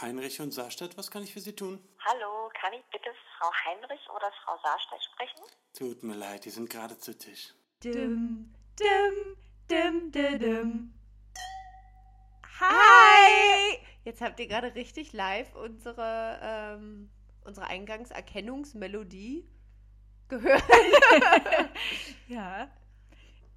Heinrich und Sarstedt, was kann ich für Sie tun? Hallo, kann ich bitte Frau Heinrich oder Frau Saarstedt sprechen? Tut mir leid, die sind gerade zu Tisch. Dim, dim, dim, dim, dim. Hi! Jetzt habt ihr gerade richtig live unsere, ähm, unsere Eingangserkennungsmelodie gehört. Ja,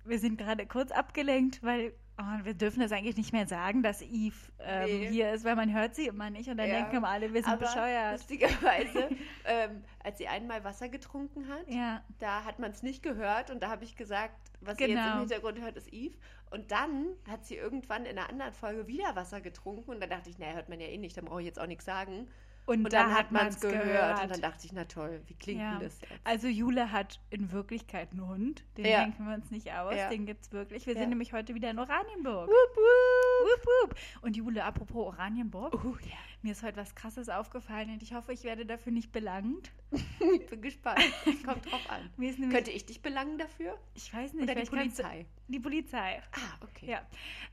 wir sind gerade kurz abgelenkt, weil oh, wir dürfen das eigentlich nicht mehr sagen, dass Eve ähm, Nee. hier ist, weil man hört sie immer nicht und dann Ja. denken immer alle, wir sind bescheuert. lustigerweise, ähm, als sie einmal Wasser getrunken hat, Ja, da hat man es nicht gehört und da habe ich gesagt, was ihr jetzt Genau. im Hintergrund hört, ist Eve. Und dann hat sie irgendwann in einer anderen Folge wieder Wasser getrunken und dann dachte ich, naja, hört man ja eh nicht, da brauche ich jetzt auch nichts sagen. und, Und, da dann hat man es man's gehört. Und dann dachte ich, na toll, wie klingt Ja. denn das jetzt? also Jule hat in Wirklichkeit einen Hund, den Ja. denken wir uns nicht aus, Ja. den gibt es wirklich. Wir Ja. sind nämlich heute wieder in Oranienburg. Wup, wup. Wup, wup. Und Jule, apropos Oranienburg, Oh, ja. mir ist heute was Krasses aufgefallen und ich hoffe, ich werde dafür nicht belangt. Ich bin gespannt. Kommt drauf an. Mir ist nämlich, Könnte ich dich belangen dafür? ich weiß nicht, Oder die vielleicht kannst du- Polizei? Die Polizei. Ah, okay. Ja.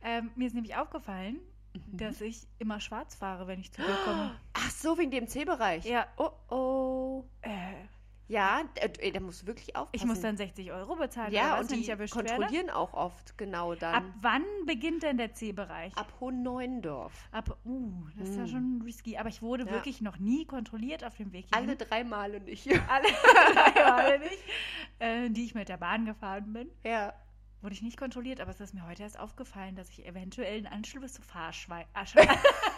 Ähm, mir ist nämlich aufgefallen, Mhm. dass ich immer schwarz fahre, wenn ich zu dir komme. Ach so, wegen dem C-Bereich. Ja. Oh, oh. Äh, Ja, d- äh, da musst du wirklich aufpassen. ich muss dann 60 Euro bezahlen. oder Ja, was, und wenn die ich erwischt werde? kontrollieren auch oft genau Ab dann. wann beginnt denn der C-Bereich? Ab, Hohenneuendorf. Ab, uh, das ist ja Hm. schon risky. Aber ich wurde Ja. wirklich noch nie kontrolliert auf dem Weg hierhin. Alle drei Male nicht. alle drei Male nicht, äh, die ich mit der Bahn gefahren bin, ja. wurde ich nicht kontrolliert. Aber es ist mir heute erst aufgefallen, dass ich eventuell einen Anschluss ah, zu Fahrschwein,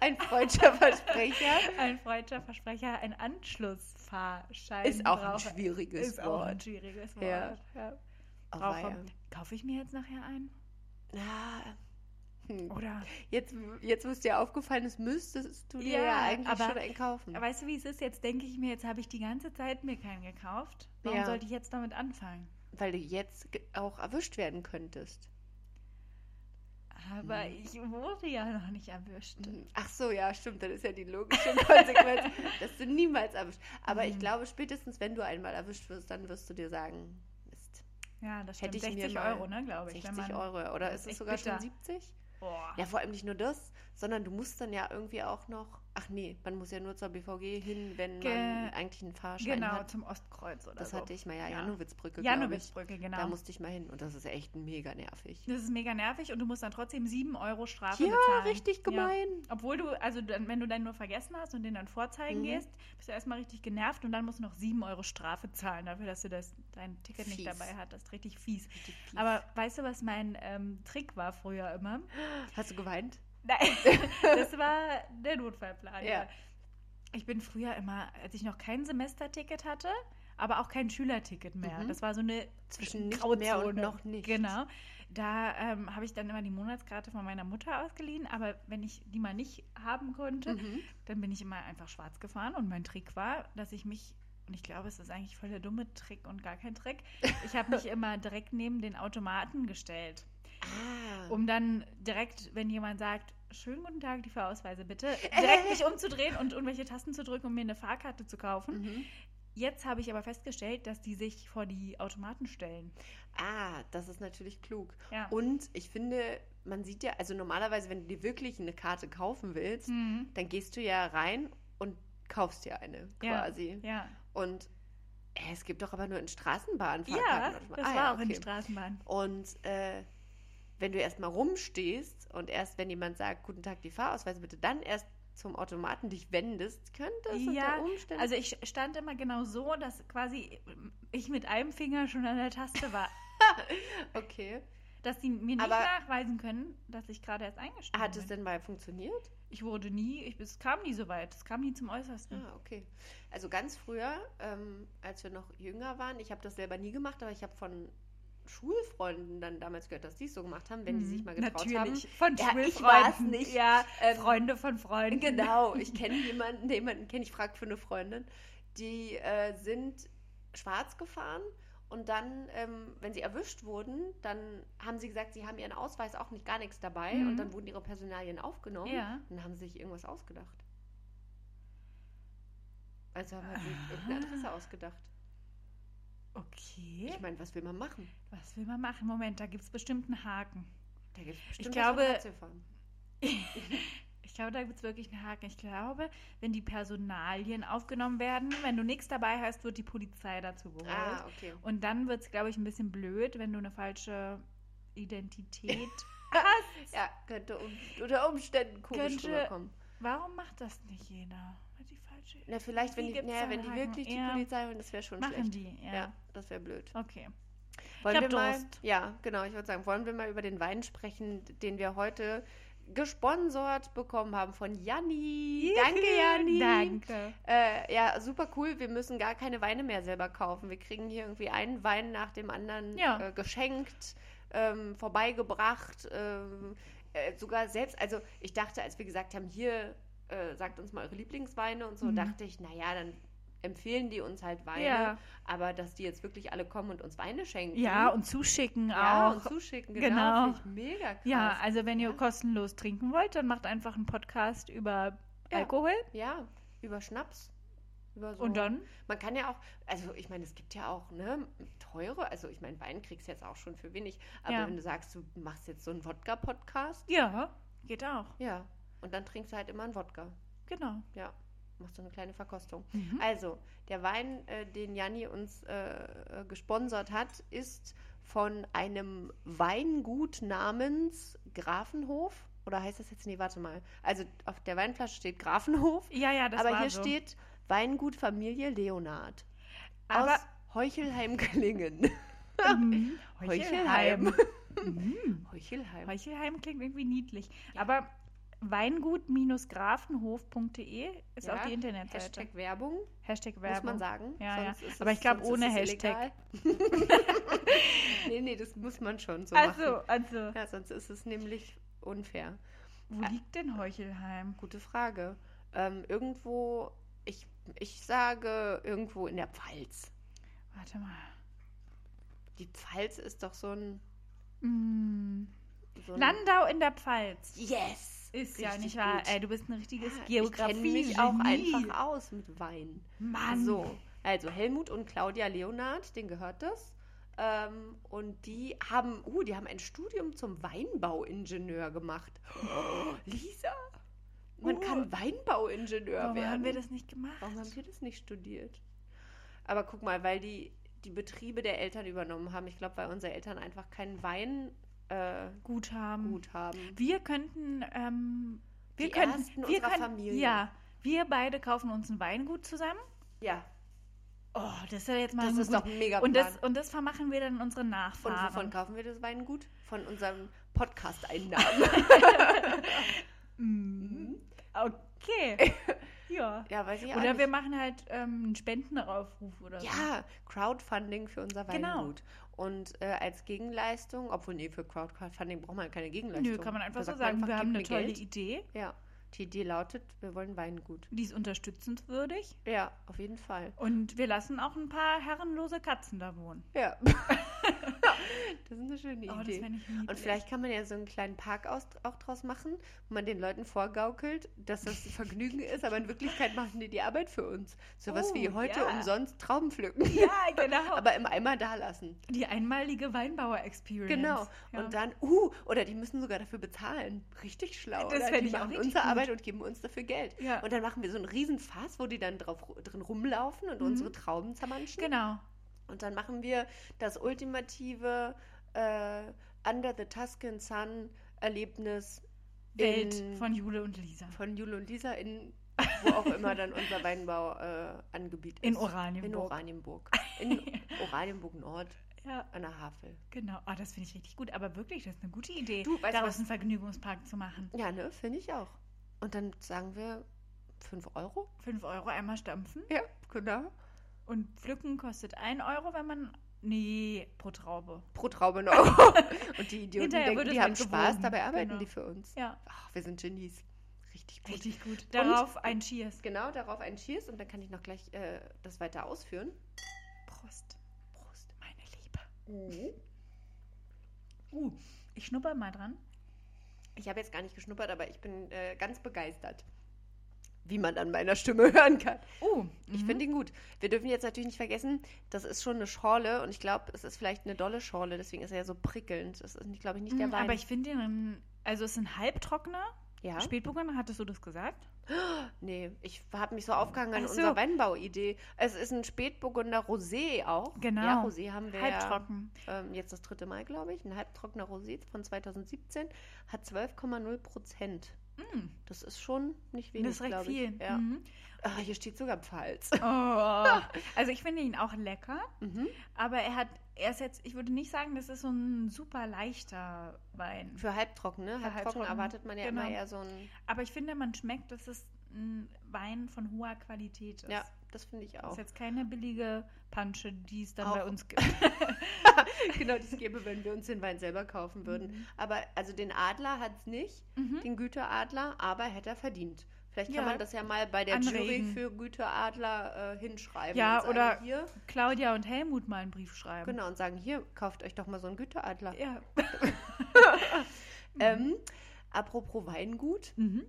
Ein freudscher Versprecher ein freudscher Versprecher, ein Anschlussfahrschein ist auch ein brauche. schwieriges Ist auch ein Wort. schwieriges Wort. Ja. Ja. Oh, Brauche- weia. Kaufe ich mir jetzt nachher ein? Ah. Hm. Oder? Jetzt, jetzt ist dir aufgefallen, das müsstest du dir ja, Ja, eigentlich aber- schon einkaufen. Weißt du, wie es ist? Jetzt denke ich mir, jetzt habe ich die ganze Zeit mir keinen gekauft. Warum Ja. sollte ich jetzt damit anfangen? weil du jetzt ge- auch erwischt werden könntest. Aber Mhm. ich wurde ja noch nicht erwischt. Ach so, ja, stimmt, dann ist ja die logische Konsequenz, dass du niemals erwischt. Aber ich Mhm. glaube, spätestens wenn du einmal erwischt wirst, dann wirst du dir sagen, Mist, Ja, das stimmt. Hätte ich mir 60 mal Euro, ne, glaube ich. 60 man, Euro oder das ist ist es echt sogar bitter. schon 70? Boah. Ja, vor allem nicht nur das, sondern du musst dann ja irgendwie auch noch, ach nee, man muss ja nur zur BVG hin, wenn Ge- man eigentlich einen Fahrschein genau, hat. zum Ostkreuz oder ne? Das so. hatte ich mal, ja, Ja. Janowitzbrücke, glaube ich. Janowitzbrücke, Da genau. musste ich mal hin und das ist echt mega nervig. Das ist mega nervig und du musst dann trotzdem 7 Euro Strafe Ja, bezahlen. richtig gemein. Obwohl du, also dann, wenn du dann nur vergessen hast und den dann vorzeigen Mhm. gehst, bist du erstmal richtig genervt und dann musst du noch 7 Euro Strafe zahlen dafür, dass du das, dein Ticket Fies. nicht dabei hattest. Richtig fies. Richtig fies. Aber weißt du, was mein ähm, Trick war früher immer? Hast du geweint? Nein, das war der Notfallplan. Ja. Ja. Ich bin früher immer, als ich noch kein Semesterticket hatte, aber auch kein Schülerticket mehr. Mhm. Das war so eine Zwischen nicht mehr und Grauzone. noch nicht. Genau. Da ähm, habe ich dann immer die Monatskarte von meiner Mutter ausgeliehen, aber wenn ich die mal nicht haben konnte, Mhm. dann bin ich immer einfach schwarz gefahren und mein Trick war, dass ich mich, und ich glaube, es ist eigentlich voll der dumme Trick und gar kein Trick, ich habe mich immer direkt neben den Automaten gestellt, Ah. um dann direkt, wenn jemand sagt, schönen guten Tag, die Fahrausweise bitte, direkt mich umzudrehen und irgendwelche Tasten zu drücken, um mir eine Fahrkarte zu kaufen. Mhm. Jetzt habe ich aber festgestellt, dass die sich vor die Automaten stellen. Ah, das ist natürlich klug. Ja. Und ich finde, man sieht ja, also normalerweise, wenn du dir wirklich eine Karte kaufen willst, Mhm. dann gehst du ja rein und kaufst dir eine Ja. quasi. Ja, Und äh, es gibt doch aber nur in Straßenbahnen Ja, Fahrkarten. das war auch in der Straßenbahn. Ah Und äh, wenn du erstmal rumstehst und erst, wenn jemand sagt, guten Tag, die Fahrausweise bitte, dann erst zum Automaten dich wendest, könnte es Ja, unter Umständen... Also ich stand immer genau so, dass quasi ich mit einem Finger schon an der Taste war. okay. Dass die mir nicht Aber- nachweisen können, dass ich gerade erst eingestiegen Hat es bin. denn mal funktioniert? Ich wurde nie, ich, es kam nie so weit. Es kam nie zum Äußersten. Ah, okay. Also ganz früher, ähm, als wir noch jünger waren, ich habe das selber nie gemacht, aber ich habe von Schulfreunden dann damals gehört, dass die es so gemacht haben, wenn die Mhm. sich mal getraut Natürlich. Von Ja, ich Schulfreunden. war's nicht. Ja, Ähm, Freunde von haben. Freunden. Genau, ich kenne jemanden, der jemanden kenne, ich frage für eine Freundin, die äh, sind schwarz gefahren und dann, ähm, wenn sie erwischt wurden, dann haben sie gesagt, sie haben ihren Ausweis auch nicht gar nichts dabei und Mhm. dann wurden ihre Personalien aufgenommen Ja. und dann haben sie sich irgendwas ausgedacht. Also haben sie sich irgendeine Ah. Adresse ausgedacht. Okay. Ich meine, was will man machen? Was will man machen? Moment, da gibt es bestimmt einen Haken. Da gibt's glaube- was mit Radfahren. Ich Ich glaube, da gibt es wirklich einen Haken. Ich glaube, wenn die Personalien aufgenommen werden, wenn du nichts dabei hast, wird die Polizei dazu geholt. Ah, okay. Und dann wird es, glaube ich, ein bisschen blöd, wenn du eine falsche Identität hast. Ja, könnte um, unter Umständen komisch Könnte- rüberkommen. Warum macht das nicht jeder? Weil Die falsche Na, vielleicht, wenn Die die, gibt's naja, dann wenn die halt noch wirklich die eher. Polizei holen, das wäre schon Machen schlecht. die, ja. Ja, das wäre blöd. Okay. Wollen hab wir mal, Durst. ja, genau, ich würde sagen, wollen wir mal über den Wein sprechen, den wir heute gesponsert bekommen haben von Janni. Danke, Janni. Danke. Äh, ja, super cool. Wir müssen gar keine Weine mehr selber kaufen. Wir kriegen hier irgendwie einen Wein nach dem anderen Ja. äh, geschenkt, ähm, vorbeigebracht, ähm, äh, sogar selbst. Also ich dachte, als wir gesagt haben, hier äh, sagt uns mal eure Lieblingsweine und so, Mhm. dachte ich, naja, dann empfehlen die uns halt Weine. Ja. Aber dass die jetzt wirklich alle kommen und uns Weine schenken. ja, und zuschicken ja, auch. und zuschicken, genau. Genau. Finde ich mega krass. Ja, also wenn ihr Ja. kostenlos trinken wollt, dann macht einfach einen Podcast über Ja. Alkohol ja, über Schnaps. Über so und dann Man kann ja auch, also ich meine, es gibt ja auch ne, teure, also ich meine, Wein kriegst du jetzt auch schon für wenig. Aber Ja. wenn du sagst, du machst jetzt so einen Wodka-Podcast, ja, geht auch. ja, und dann trinkst du halt immer einen Wodka. Genau. Ja, machst du eine kleine Verkostung. Mhm. Also, der Wein, äh, den Janni uns äh, äh, gesponsert hat, ist von einem Weingut namens Grafenhof. Oder heißt das jetzt? Nee, warte mal. Also auf der Weinflasche steht Grafenhof, Ja, ja, das aber war hier so. steht Weingut Familie Leonard. aber aus Heuchelheim gelingen. Mhm. Heuchelheim. Mhm. Heuchelheim. Heuchelheim klingt irgendwie niedlich. Aber weingut-grafenhof.de ist Ja, auch die Internetseite. Hashtag Werbung, Hashtag muss man sagen. Ja, ja. Sonst ist Aber es- ich glaub, sonst ohne ist es Hashtag. illegal. nee, nee, das muss man schon so also, machen. also, Ja, sonst ist es nämlich unfair. wo liegt denn Heuchelheim? Gute Frage. Ähm, irgendwo, ich, ich sage irgendwo in der Pfalz. Warte mal. Die Pfalz ist doch so ein. Mhm. So ein Landau in der Pfalz. Yes! Ist ja Richtig nicht wahr. gut. Ey, du bist ein richtiges Ja, geografie Ich kenne mich auch einfach aus mit Wein. Mann. So, also Helmut und Claudia Leonard, denen gehört das. Ähm, und die haben, uh, die haben ein Studium zum Weinbauingenieur gemacht. Lisa, man Uh. kann Weinbauingenieur Warum werden. haben wir das nicht gemacht? Warum haben wir das nicht studiert? Aber guck mal, weil die die Betriebe der Eltern übernommen haben. Ich glaube, weil unsere Eltern einfach keinen Wein äh, Gut haben. gut haben. Wir könnten, ähm, wir Die könnten, Ersten wir unserer könnten, Familie. ja, wir beide kaufen uns ein Weingut zusammen. Ja, Oh, das ist ja jetzt mal das ein ist gut- doch ein mega und das Plan. und das vermachen wir dann unsere Und Nachfahren. wovon kaufen wir das Weingut? Von unseren Podcast-Einnahmen. Mhm. Okay. ja. Ja, weiß ich auch Oder nicht. wir machen halt ähm, einen Spendenaufruf oder so. Ja, Crowdfunding für unser Ähm. Genau. Weingut. Und äh, als Gegenleistung, obwohl, nee, für Crowdfunding braucht man keine Gegenleistung. Nö, kann man einfach Da so sagt sagen. wir man "Gebt haben mir eine tolle Geld." Idee, Ja, die Idee lautet, wir wollen Weingut. die ist unterstützenswürdig Ja, auf jeden Fall. und wir lassen auch ein paar herrenlose Katzen da wohnen. Ja. das ist eine schöne Oh, das Idee. wär nicht niedlich. Und vielleicht kann man ja so einen kleinen Park aus, auch draus machen, wo man den Leuten vorgaukelt, dass das ein Vergnügen ist, aber in Wirklichkeit machen die die Arbeit für uns. Sowas Oh, wie heute ja. umsonst Trauben pflücken, ja, genau. aber im Eimer da lassen. die einmalige Weinbauer-Experience. Genau. Ja. Und dann, uh, oder die müssen sogar dafür bezahlen. Richtig schlau. Das oder? fänd die ich auch machen richtig unsere gut. Arbeit und geben uns dafür Geld. Ja. Und dann machen wir so ein Riesenfass, wo die dann drauf ru- drin rumlaufen und Mhm. unsere Trauben zermanschen. Genau. Und dann machen wir das ultimative äh, Under the Tuscan Sun Erlebnis Welt in, von Jule und Lisa. von Jule und Lisa in wo auch immer dann unser Weinbau äh, angebiet ist. In Oranienburg. In Oranienburg. In Oranienburg Nord Ja, an der Havel. genau. Ah, das finde ich richtig gut. Aber wirklich, das ist eine gute Idee, Du, weißt du daraus was? einen Vergnügungspark zu machen. Ja, ne, finde ich auch. Und dann sagen wir 5 Euro? Fünf Euro einmal stampfen Ja, genau. und pflücken kostet ein Euro, wenn man. Nee, pro Traube. Pro Traube ein Euro. Und die Idioten Hinterher wird denken, es die haben mitgewogen. Spaß, dabei arbeiten Genau. die für uns. Ja, Ach, wir sind Genies. Richtig gut. richtig gut. Darauf ein Cheers. Genau, darauf ein Cheers und dann kann ich noch gleich äh, das weiter ausführen. Prost. Prost, meine Liebe. Mhm. Uh, ich schnupper mal dran. Ich habe jetzt gar nicht geschnuppert, aber ich bin äh, ganz begeistert. Wie man an meiner Stimme hören kann. Uh, Ich mhm. finde ihn gut. Wir dürfen jetzt natürlich nicht vergessen, das ist schon eine Schorle und ich glaube, es ist vielleicht eine dolle Schorle, deswegen ist er ja so prickelnd. Das ist, glaube ich, nicht der Mm, Wein. Aber ich finde den, also es ist ein halbtrockener, Ja? Spätburgunder, hattest du das gesagt? Nee, ich habe mich so aufgehangen an Ach so. unserer Weinbauidee. Es ist ein Spätburgunder Rosé auch. Genau. Ja, Rosé haben wir ja, Halbtrocken. ähm, jetzt das dritte Mal, glaube ich. Ein halbtrockener Rosé von 2017 hat 12,0 Prozent. Mm, Das ist schon nicht wenig, das ist recht glaube ich. viel. Ja. Mhm. Ah, hier steht sogar Pfalz. Oh. Also ich finde ihn auch lecker, Mhm. aber er hat, er ist jetzt, ich würde nicht sagen, das ist so ein super leichter Wein. Für halbtrocken, ne? Für Halbtrocken, halbtrocken, erwartet man ja immer genau. eher so ein. Aber ich finde, man schmeckt, dass es ein Wein von hoher Qualität ist. Ja, das finde ich Das auch. ist jetzt keine billige Pansche, die es dann Auch. bei uns gibt. genau, das gäbe, wenn wir uns den Wein selber kaufen würden. Mm. Aber also den Adler hat es nicht, Mhm. den Güteradler, aber hätte er verdient. Vielleicht kann Ja. man das ja mal bei der Anregen. Jury für Güteradler äh, hinschreiben. Ja, und sagen, oder- hier, Claudia und Helmut mal einen Brief schreiben. genau, und sagen, hier, kauft euch doch mal so einen Güteradler. Ja. Ähm, apropos Weingut, Mhm.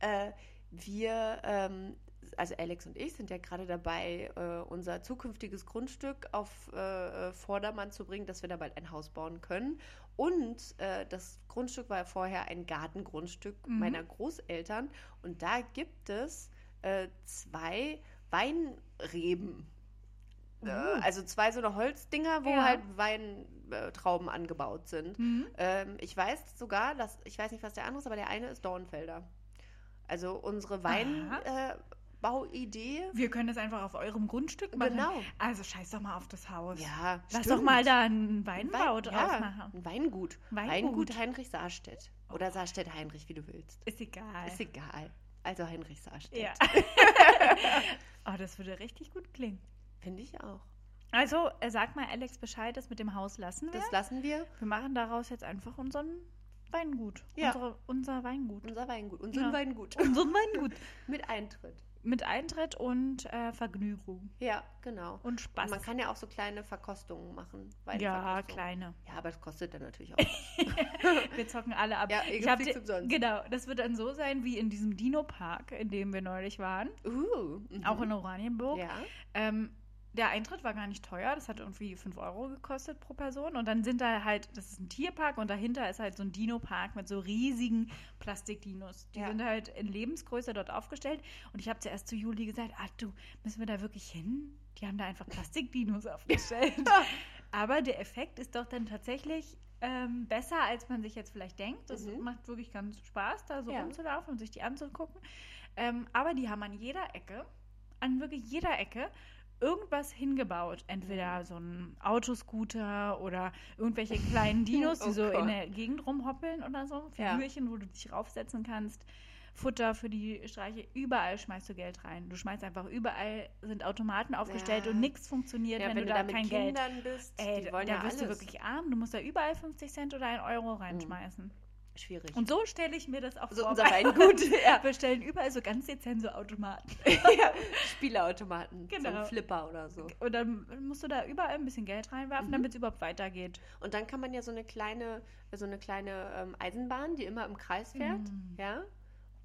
äh, wir, ähm, also Alex und ich sind ja gerade dabei, äh, unser zukünftiges Grundstück auf äh, äh, Vordermann zu bringen, dass wir da bald ein Haus bauen können. Und äh, das Grundstück war vorher ein Gartengrundstück Mhm. meiner Großeltern. Und da gibt es äh, zwei Weinreben. Äh, Uh. also zwei so eine Holzdinger, wo Ja. halt Weintrauben angebaut sind. Mhm. Ähm, ich weiß sogar, dass, ich weiß nicht, was der andere ist, aber der eine ist Dornfelder. Also unsere Weinbauidee. Äh, Bauidee- Wir können das einfach auf eurem Grundstück machen. genau. Also scheiß doch mal auf das Haus. Ja, Lass stimmt. doch mal da einen Weinbau Wein- draus ja, machen. Ein Weingut. Weingut. Oh. Weingut Heinrich Saarstedt. Oder Saarstedt Heinrich, wie du willst. Ist egal. Ist egal. Also Heinrich Saarstedt. ja. oh, das würde richtig gut klingen. Finde ich auch. Also, äh, sag mal Alex Bescheid, das mit dem Haus lassen wir. Das lassen wir. wir machen daraus jetzt einfach unseren Weingut. Ja. Unsere, unser Weingut. Unser Weingut. Unser Ja. Weingut. Unseren Weingut. Mit Eintritt. Mit Eintritt und äh, Vergnügung Ja, genau. und Spaß. Und man kann ja auch so kleine Verkostungen machen. ja, Weinverkostungen. kleine. Ja, aber das kostet dann natürlich auch. was. Wir zocken alle ab. Ja, ihr hab gibt's dir- nichts umsonst. Genau, das wird dann so sein wie in diesem Dino-Park, in dem wir neulich waren, Uh, mhm. auch in Oranienburg. Ja. Ähm, der Eintritt war gar nicht teuer, das hat irgendwie 5 Euro gekostet pro Person. Und dann sind da halt, das ist ein Tierpark und dahinter ist halt so ein Dino-Park mit so riesigen Plastikdinos. Die Ja. sind halt in Lebensgröße dort aufgestellt. Und ich habe zuerst zu Juli gesagt, ah du, müssen wir da wirklich hin? Die haben da einfach Plastikdinos aufgestellt. Aber der Effekt ist doch dann tatsächlich ähm, besser, als man sich jetzt vielleicht denkt. Das Mhm. macht wirklich ganz Spaß, da so Ja. rumzulaufen und sich die anzugucken. Ähm, aber die haben an jeder Ecke, an wirklich jeder Ecke, irgendwas hingebaut. Entweder Mhm. so ein Autoscooter oder irgendwelche kleinen Dinos, die Oh so in Gott. der Gegend rumhoppeln oder so. Ja. Figürchen, wo du dich raufsetzen kannst. Futter für die Streiche, überall schmeißt du Geld rein. Du schmeißt einfach überall, sind Automaten aufgestellt Ja. und nichts funktioniert, Ja, wenn, du da da mit kein Geld Kindern bist, Ey, die wollen da ja wirst alles. du wirklich arm. Du musst da überall 50 Cent oder einen Euro reinschmeißen. schwierig. Und so stelle ich mir das auch so vor. unser Weingut, ja, Wir stellen überall so ganz dezent so Automaten. Spielautomaten, so Genau. ein Flipper oder so. Und dann musst du da überall ein bisschen Geld reinwerfen, Mhm. damit es überhaupt weitergeht. Und dann kann man ja so eine kleine, so eine kleine ähm, Eisenbahn, die immer im Kreis fährt, Mhm. ja.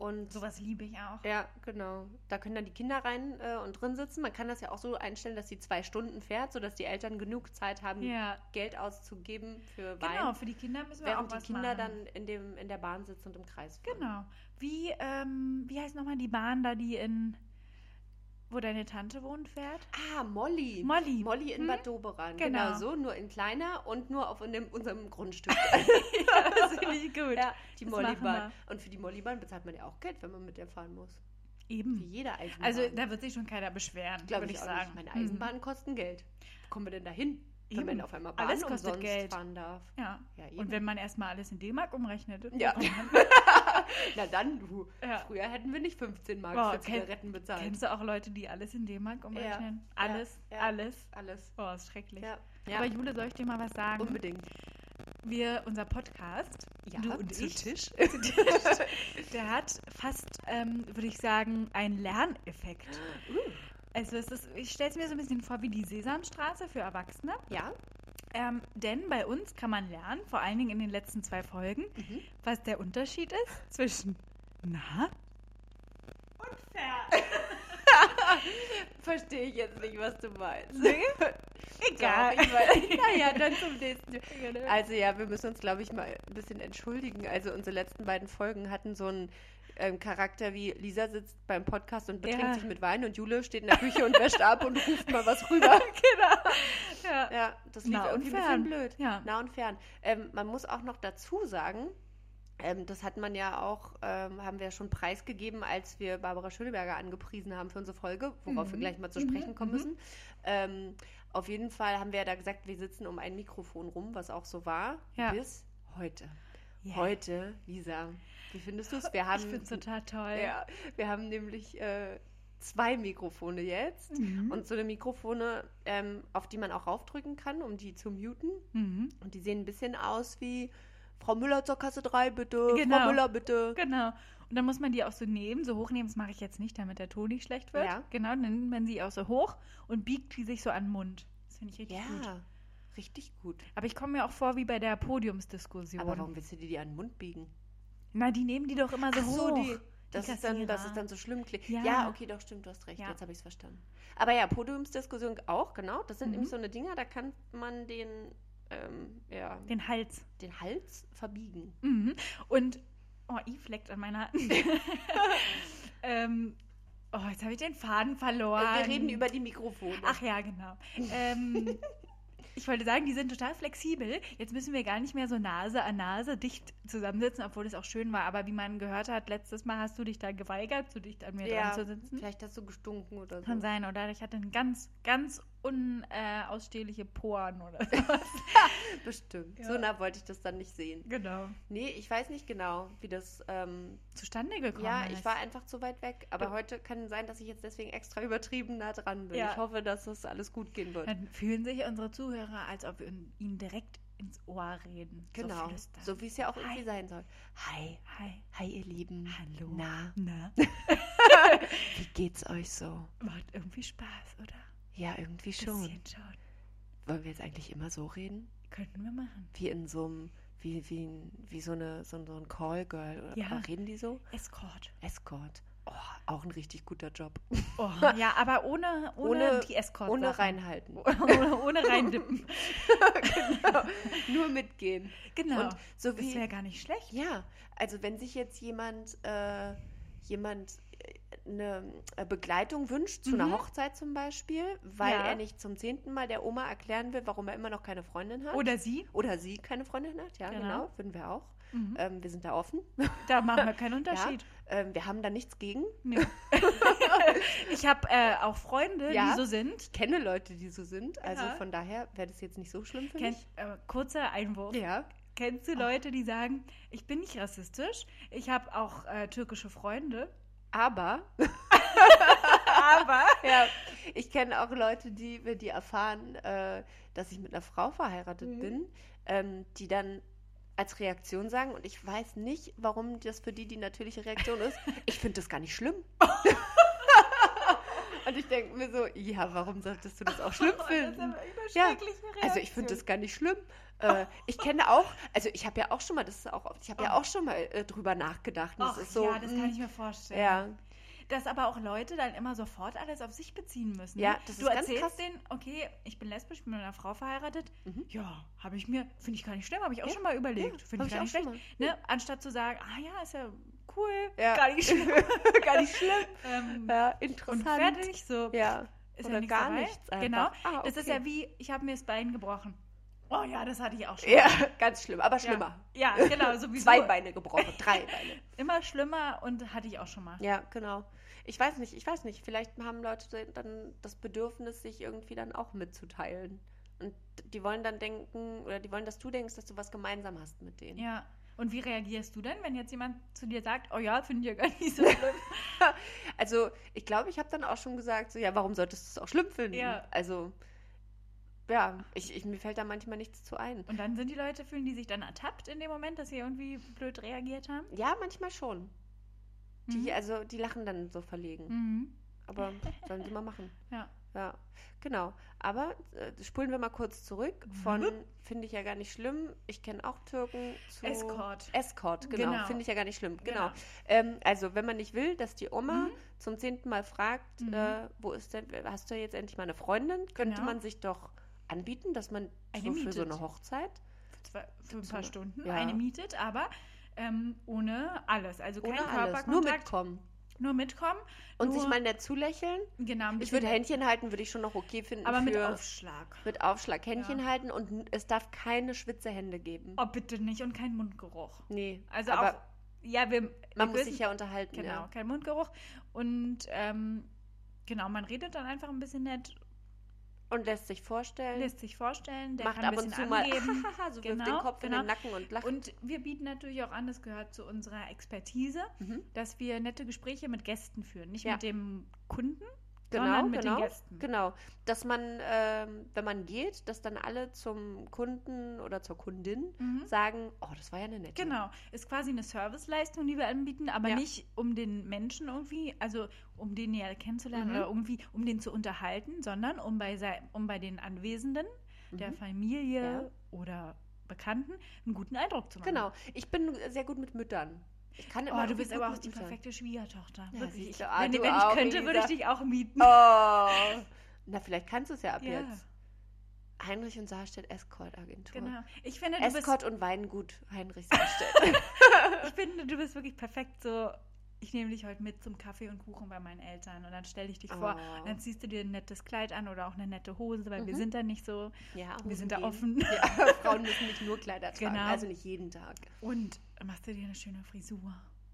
Und Sowas liebe ich auch. ja, genau. Da können dann die Kinder rein äh, und drin sitzen. Man kann das ja auch so einstellen, dass sie zwei Stunden fährt, sodass die Eltern genug Zeit haben, Ja. Geld auszugeben für Wein, Genau, für die Kinder müssen wir während auch die was Kinder machen. dann in dem in der Bahn sitzen und im Kreis fahren. Genau. Wie, ähm, wie heißt nochmal die Bahn da, die in, wo deine Tante wohnt, fährt? Ah, Molly. Molly. Molly in Hm? Bad Doberan. Genau. Genau. so, nur in kleiner und nur auf in dem, unserem Grundstück. das finde ich gut. ja, die das machen Mollybahn. Und für die Mollybahn bezahlt man ja auch Geld, wenn man mit der fahren muss. Wie Eben. jeder Eisenbahn. Also da wird sich schon keiner beschweren, glaube würde ich, ich auch sagen. Nicht. Meine Mhm. Eisenbahnen kosten Geld. Wo kommen wir denn da hin, wenn Eben. man auf einmal Bahn Alles kostet umsonst Geld. fahren darf? Hm. Ja. Ja, eben. Und wenn man erstmal alles in D-Mark umrechnet. Ja. Na dann, du. Ja. Früher hätten wir nicht 15 Mark Boah, für kenn- Zigaretten bezahlt. Kennst du auch Leute, die alles in D-Mark umrechnen? Ja, ja, Alles, ja. alles. Alles. Oh, ist schrecklich. Ja, Aber ja. Jule, soll ich dir mal was sagen? unbedingt. Wir, unser Podcast, Ja, du und zu ich, Tisch. zu Tisch, der hat fast, ähm, würde ich sagen, einen Lerneffekt. Uh. Also es ist, ich stelle es mir so ein bisschen vor wie die Sesamstraße für Erwachsene. Ja, Ähm, denn bei uns kann man lernen, vor allen Dingen in den letzten zwei Folgen, Mhm. was der Unterschied ist zwischen na und fair. verstehe ich jetzt nicht, was du meinst. Nee? Egal. Sorry, weil- naja, dann zum nächsten. Also ja, wir müssen uns, glaube ich, mal ein bisschen entschuldigen. Also unsere letzten beiden Folgen hatten so einen ähm, Charakter wie Lisa sitzt beim Podcast und betrinkt Ja. sich mit Wein und Jule steht in der Küche und wäscht ab und ruft mal was rüber. genau. Ja. Ja, das lief Na und irgendwie ein bisschen fern. blöd. Ja. Nah und fern. Ähm, man muss auch noch dazu sagen, ähm, das hat man ja auch, ähm, haben wir ja schon preisgegeben, als wir Barbara Schöneberger angepriesen haben für unsere Folge, worauf wir Mhm. gleich mal zu Mhm, sprechen kommen mhm. müssen. Ähm, auf jeden Fall haben wir ja da gesagt, wir sitzen um ein Mikrofon rum, was auch so war, Ja. bis heute. Ja. Heute, Lisa, wie findest du es? Wir ich haben, finde es total toll. ja, wir haben nämlich äh, zwei Mikrofone jetzt. Mhm. Und so eine Mikrofone, ähm, auf die man auch raufdrücken kann, um die zu muten. mhm. Und die sehen ein bisschen aus wie Frau Müller zur Kasse 3, bitte. Frau Genau. Müller, bitte. Genau. Und dann muss man die auch so nehmen, so hochnehmen, das mache ich jetzt nicht, damit der Ton nicht schlecht wird. Ja. Genau, dann nimmt man sie auch so hoch und biegt die sich so an den Mund. Das finde ich richtig Ja, gut. richtig gut. Aber ich komme mir auch vor wie bei der Podiumsdiskussion. Aber warum willst du dir die an den Mund biegen? Na, die nehmen die doch immer so Ach so, Also hoch. die. Das ist, dann, das Kassierer. ist dann so schlimm klingt. Ja. Ja. okay, doch, stimmt, du hast recht. Ja. Jetzt habe ich es verstanden. Aber ja, Podiumsdiskussion auch, genau. Das sind Mhm. nämlich so eine Dinger, da kann man den, ähm, ja, den, Den Hals. Hals verbiegen. Mhm. Und, oh, I fleckt an meiner Hand. ähm, oh, jetzt habe ich den Faden verloren. Äh, wir reden über die Mikrofone. Ach ja, genau. ähm, ich wollte sagen, die sind total flexibel. Jetzt müssen wir gar nicht mehr so Nase an Nase dicht zusammensitzen, obwohl es auch schön war. Aber wie man gehört hat, letztes Mal hast du dich da geweigert, so dicht an mir ja. dran zu sitzen. Vielleicht hast du gestunken oder Hm? so. Kann sein, oder? Ich hatte einen ganz, ganz unausstehliche Poren oder so. Bestimmt. Ja. So nah wollte ich das dann nicht sehen. genau. Nee, ich weiß nicht genau, wie das. Ähm, Zustande gekommen ja, ist. ich war einfach zu weit weg. Aber Du- heute kann sein, dass ich jetzt deswegen extra übertrieben nah dran bin. Ja. Ich hoffe, dass das alles gut gehen wird. Dann fühlen sich unsere Zuhörer, als ob wir ihnen direkt ins Ohr reden. genau. So, So, flüstern. wie es ja auch irgendwie Hi. sein soll. Hi. Hi. Hi, ihr Lieben. Hallo. Na, Na, wie geht's euch so? macht irgendwie Spaß, oder? Ja, irgendwie schon. Bisschen schon. Wollen wir jetzt eigentlich immer so reden? Könnten wir machen. Wie in so einem. Wie, wie, wie so, eine, so, so ein Call-Girl. oder- Ja. Reden die so? Escort. Escort. Oh, auch ein richtig guter Job. Oh, ja, aber ohne, ohne, Ohne- die Escort. Ohne reinhalten. ohne, ohne reindippen. Nur mitgehen. Genau. Und so das wie- wäre gar nicht schlecht. Ja, also wenn sich jetzt jemand, äh, jemand äh, eine äh, Begleitung wünscht, zu einer Mhm. Hochzeit zum Beispiel, weil Ja. er nicht zum zehnten Mal der Oma erklären will, warum er immer noch keine Freundin hat. Oder sie. Oder sie keine Freundin hat, ja, genau, Genau. würden wir auch. Mhm. Ähm, wir sind da offen. Da machen wir keinen Unterschied. Ähm, wir haben da nichts gegen. Nee. ich habe äh, auch Freunde, Ja. die so sind. Ich kenne Leute, die so sind, also Ja. von daher wäre das jetzt nicht so schlimm für Kenn, mich. äh, kurzer Einwurf. Ja, Kennst du Leute, die sagen, ich bin nicht rassistisch, ich habe auch äh, türkische Freunde, aber aber Ja, ich kenne auch Leute, die, wenn die erfahren, äh, dass ich mit einer Frau verheiratet Mhm. bin, ähm, die dann als Reaktion sagen, und ich weiß nicht, warum das für die die natürliche Reaktion ist, ich finde das gar nicht schlimm. und ich denke mir so, ja, warum solltest du das auch schlimm finden? Ja, Also ich finde das gar nicht schlimm. Äh, ich kenne auch, also ich habe ja auch schon mal, das ist auch oft, ich habe ja Oh. auch schon mal äh, drüber nachgedacht. und Ach, Das ist so, mm, ja, das mh, kann ich mir vorstellen. ja, Dass aber auch Leute dann immer sofort alles auf sich beziehen müssen. Ja, ne? das du ist ganz erzählst krass. denen, okay, ich bin lesbisch, ich bin mit einer Frau verheiratet. Mhm. Ja, habe ich mir, finde ich gar nicht schlimm, habe ich auch Ja, schon mal ja überlegt. finde hab ich gar nicht auch schon schlecht. Ne? Anstatt zu sagen, ah ja, ist ja cool, Ja. gar nicht schlimm. mal. gar nicht schlimm. ähm, Ja, und interessant. fertig, so Ja. ist Oder ja nichts gar dabei. nichts einfach. Genau. Ah, Das ist okay. ja wie, ich habe mir das Bein gebrochen. Oh ja, das hatte ich auch schon. Ja, ganz schlimm, aber schlimmer. Ja, ja genau, sowieso. Zwei Beine gebrochen, drei Beine. Immer schlimmer und hatte ich auch schon mal. Ja, genau. Ich weiß nicht, ich weiß nicht. Vielleicht haben Leute dann das Bedürfnis, sich irgendwie dann auch mitzuteilen. Und die wollen dann denken, oder die wollen, dass du denkst, dass du was gemeinsam hast mit denen. Ja. Und wie reagierst du denn, wenn jetzt jemand zu dir sagt, oh ja, finde ich ja gar nicht so schlimm? Also, ich glaube, ich habe dann auch schon gesagt, so, ja, warum solltest du es auch schlimm finden? Ja. Also, ja, ich, ich, mir fällt da manchmal nichts zu ein. Und dann sind die Leute, fühlen die sich dann ertappt in dem Moment, dass sie irgendwie blöd reagiert haben? Ja, manchmal schon. Die, äh, Mhm. also, die lachen dann so verlegen. Mhm. Aber sollen sie mal machen. Ja. Ja, genau. Aber äh, spulen wir mal kurz zurück. Von Mhm. finde ich ja gar nicht schlimm. Ich kenne auch Türken zu Escort. Escort, genau. Genau. Finde ich ja gar nicht schlimm. Genau. Genau. Ähm, also, wenn man nicht will, dass die Oma Mhm. zum zehnten Mal fragt, Mhm. äh, wo ist denn, hast du jetzt endlich mal eine Freundin? Könnte Genau. man sich doch anbieten, dass man Eine so für so mietet. eine Hochzeit Zwei, für ein Zu- paar Stunden ja. eine mietet, aber ähm, ohne alles. Also ohne kein alles nur Körperkontakt, mitkommen nur, mitkommen. und nur, sich mal nett zulächeln. genau, ein Ich bisschen- würde Händchen halten, würde ich schon noch okay finden. aber mit für- Aufschlag. mit Aufschlag Händchen Ja. halten und n- es darf keine schwitze Hände geben. Oh, bitte nicht und kein Mundgeruch. Nee, Also aber auch, ja, wir, wir man muss wissen- sich ja unterhalten. Genau, Ja. kein Mundgeruch. Und ähm, genau, man redet dann einfach ein bisschen nett, Und lässt sich vorstellen, lässt sich vorstellen, der macht kann ein ab und bisschen zu angeben. mal so wirft den Genau, Kopf in genau. den Nacken und lacht. Und wir bieten natürlich auch an, das gehört zu unserer Expertise, mhm. dass wir nette Gespräche mit Gästen führen. Nicht Ja. mit dem Kunden, Genau, sondern mit genau. den Gästen. Genau, dass man, ähm, wenn man geht, dass dann alle zum Kunden oder zur Kundin Mhm. sagen, oh, das war ja eine nette. Genau, ist quasi eine Serviceleistung, die wir anbieten, aber Ja. nicht um den Menschen irgendwie, also um den näher kennenzulernen Mhm. oder irgendwie um den zu unterhalten, sondern um bei, sei- um bei den Anwesenden, der Mhm. Familie Ja. oder Bekannten einen guten Eindruck zu machen. Genau, ich bin sehr gut mit Müttern. Ich kann immer Oh, du irgendwie bist gut aber auch mit die Müttern. perfekte Schwiegertochter. Ja, Wirklich. siehst Ich, du. Ah, wenn du wenn ich auch, könnte, würde ich Elisa. dich auch mieten. Oh, na vielleicht kannst du es ja ab Ja. jetzt. Heinrich und Sarstedt Escort Agentur. Genau. Ich finde, du Escort und Weingut Heinrich Sarstedt. bist, ich finde, du bist wirklich perfekt so. Ich nehme dich heute mit zum Kaffee und Kuchen bei meinen Eltern und dann stelle ich dich vor. Oh. Und dann ziehst du dir ein nettes Kleid an oder auch eine nette Hose, weil wir Mhm. sind da nicht so. Ja, Wir sind da Hosen gehen. offen. Ja, Frauen müssen nicht nur Kleider tragen, Genau. also nicht jeden Tag. Und machst du dir eine schöne Frisur.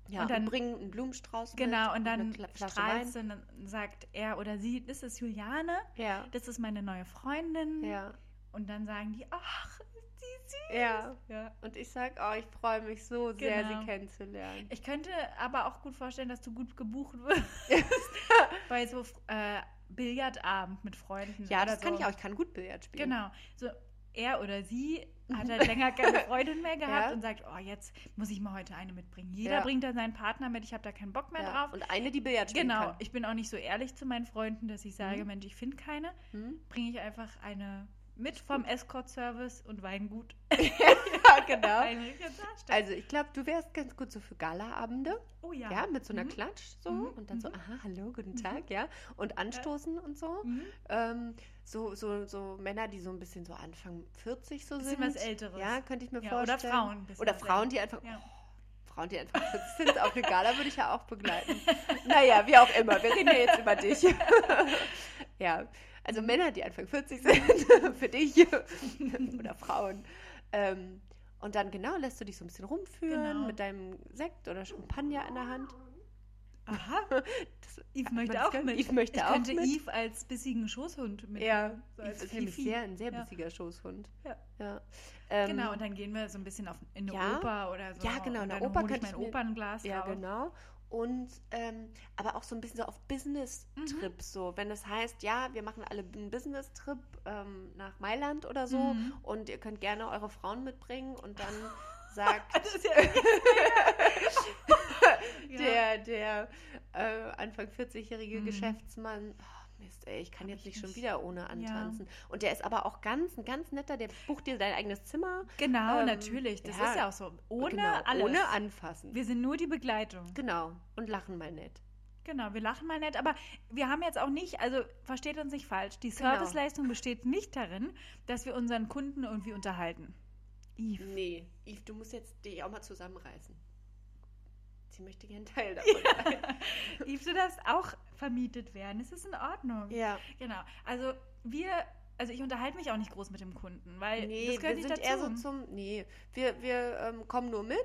Ja, Und dann- und dann bringen einen Blumenstrauß Genau, mit und eine dann Kla- Flasche Wein. strahlst du und dann sagt er oder sie, das ist Juliane, Ja, das ist meine neue Freundin. ja, Und dann sagen die, ach, ist die süß. ja. Ja. Und ich sag, oh, ich freue mich so sehr, Genau. sie kennenzulernen. Ich könnte aber auch gut vorstellen, dass du gut gebucht wirst. bei so äh, Billardabend mit Freunden. Ja, oder das kann so. ich auch. Ich kann gut Billard spielen. Genau. So, er oder sie hat halt länger keine Freundin mehr gehabt Ja. und sagt, oh, jetzt muss ich mal heute eine mitbringen. Jeder Ja. bringt dann seinen Partner mit, ich habe da keinen Bock mehr Ja. drauf. Und eine, die Billard spielen genau, kann. ich bin auch nicht so ehrlich zu meinen Freunden, dass ich sage, Mhm. Mensch, ich finde keine. Hm? Bringe ich einfach eine mit vom Escort-Service und Weingut. Ja, genau. Heinrich und Sarstedt. Also ich glaube, du wärst ganz gut so für Galaabende, Oh ja. mit so einer Mhm. Klatsch so Mhm. und dann so, Mhm. aha, hallo, guten Mhm. Tag, ja und anstoßen und so. Mhm. Ähm, so, so, so Männer, die so ein bisschen so Anfang 40 so Bisschen sind. was Älteres. Ja, könnte ich mir Ja, oder vorstellen. Frauen. ein bisschen Oder was Frauen, die einfach, Ja. Frauen, die einfach 40 sind. Auf eine Gala würde ich ja auch begleiten. Naja, wie auch immer. Wir reden ja jetzt über dich. ja, also Mhm. Männer, die Anfang 40 sind, für dich. oder Frauen. Ähm, und dann genau lässt du dich so ein bisschen rumführen Genau. mit deinem Sekt oder Champagner in der Hand. Aha. Eve man möchte das auch kann- mit. Eve möchte ich auch könnte mit. Eve als bissigen Schoßhund mit. Ja, so ich als ist nämlich Fifi. sehr, ein sehr Ja. bissiger Schoßhund. Ja. ja. Ähm, Genau, und dann gehen wir so ein bisschen auf, in eine Ja. Oper oder so. Ja, genau, und in der dann Oper hol ich könnte mein ich mir- Opernglas Ja, raus. genau. Und ähm, aber auch so ein bisschen so auf Mhm. Business-Trip, so wenn es heißt, ja, wir machen alle einen Business-Trip ähm, nach Mailand oder so Mhm. und ihr könnt gerne eure Frauen mitbringen und dann sagt Das ist ja, ja. der, der äh, Anfang 40-jährige Mhm. Geschäftsmann, oh, Mist, ey, ich kann Hab jetzt ich nicht, schon nicht. wieder ohne antanzen. Und der ist aber auch ganz, ein ganz netter, der bucht dir dein eigenes Zimmer. Genau, Ähm, natürlich. Das ja. ist ja auch so. Ohne Genau, alles. Ohne anfassen. wir sind nur die Begleitung. genau. Und lachen mal nett. Genau, wir lachen mal nett, aber wir haben jetzt auch nicht, also versteht uns nicht falsch, die Genau. Serviceleistung besteht nicht darin, dass wir unseren Kunden irgendwie unterhalten. Eve. Nee, Yves, du musst jetzt dich auch mal zusammenreißen. Sie möchte gern Teil davon sein. Eve, du darfst auch vermietet werden. Es ist in Ordnung. Ja, Genau. Also wir, also ich unterhalte mich auch nicht groß mit dem Kunden, weil Äh, nee, Äh, das gehört wir nicht sind dazu. eher so zum. Nee, wir, wir ähm, kommen nur mit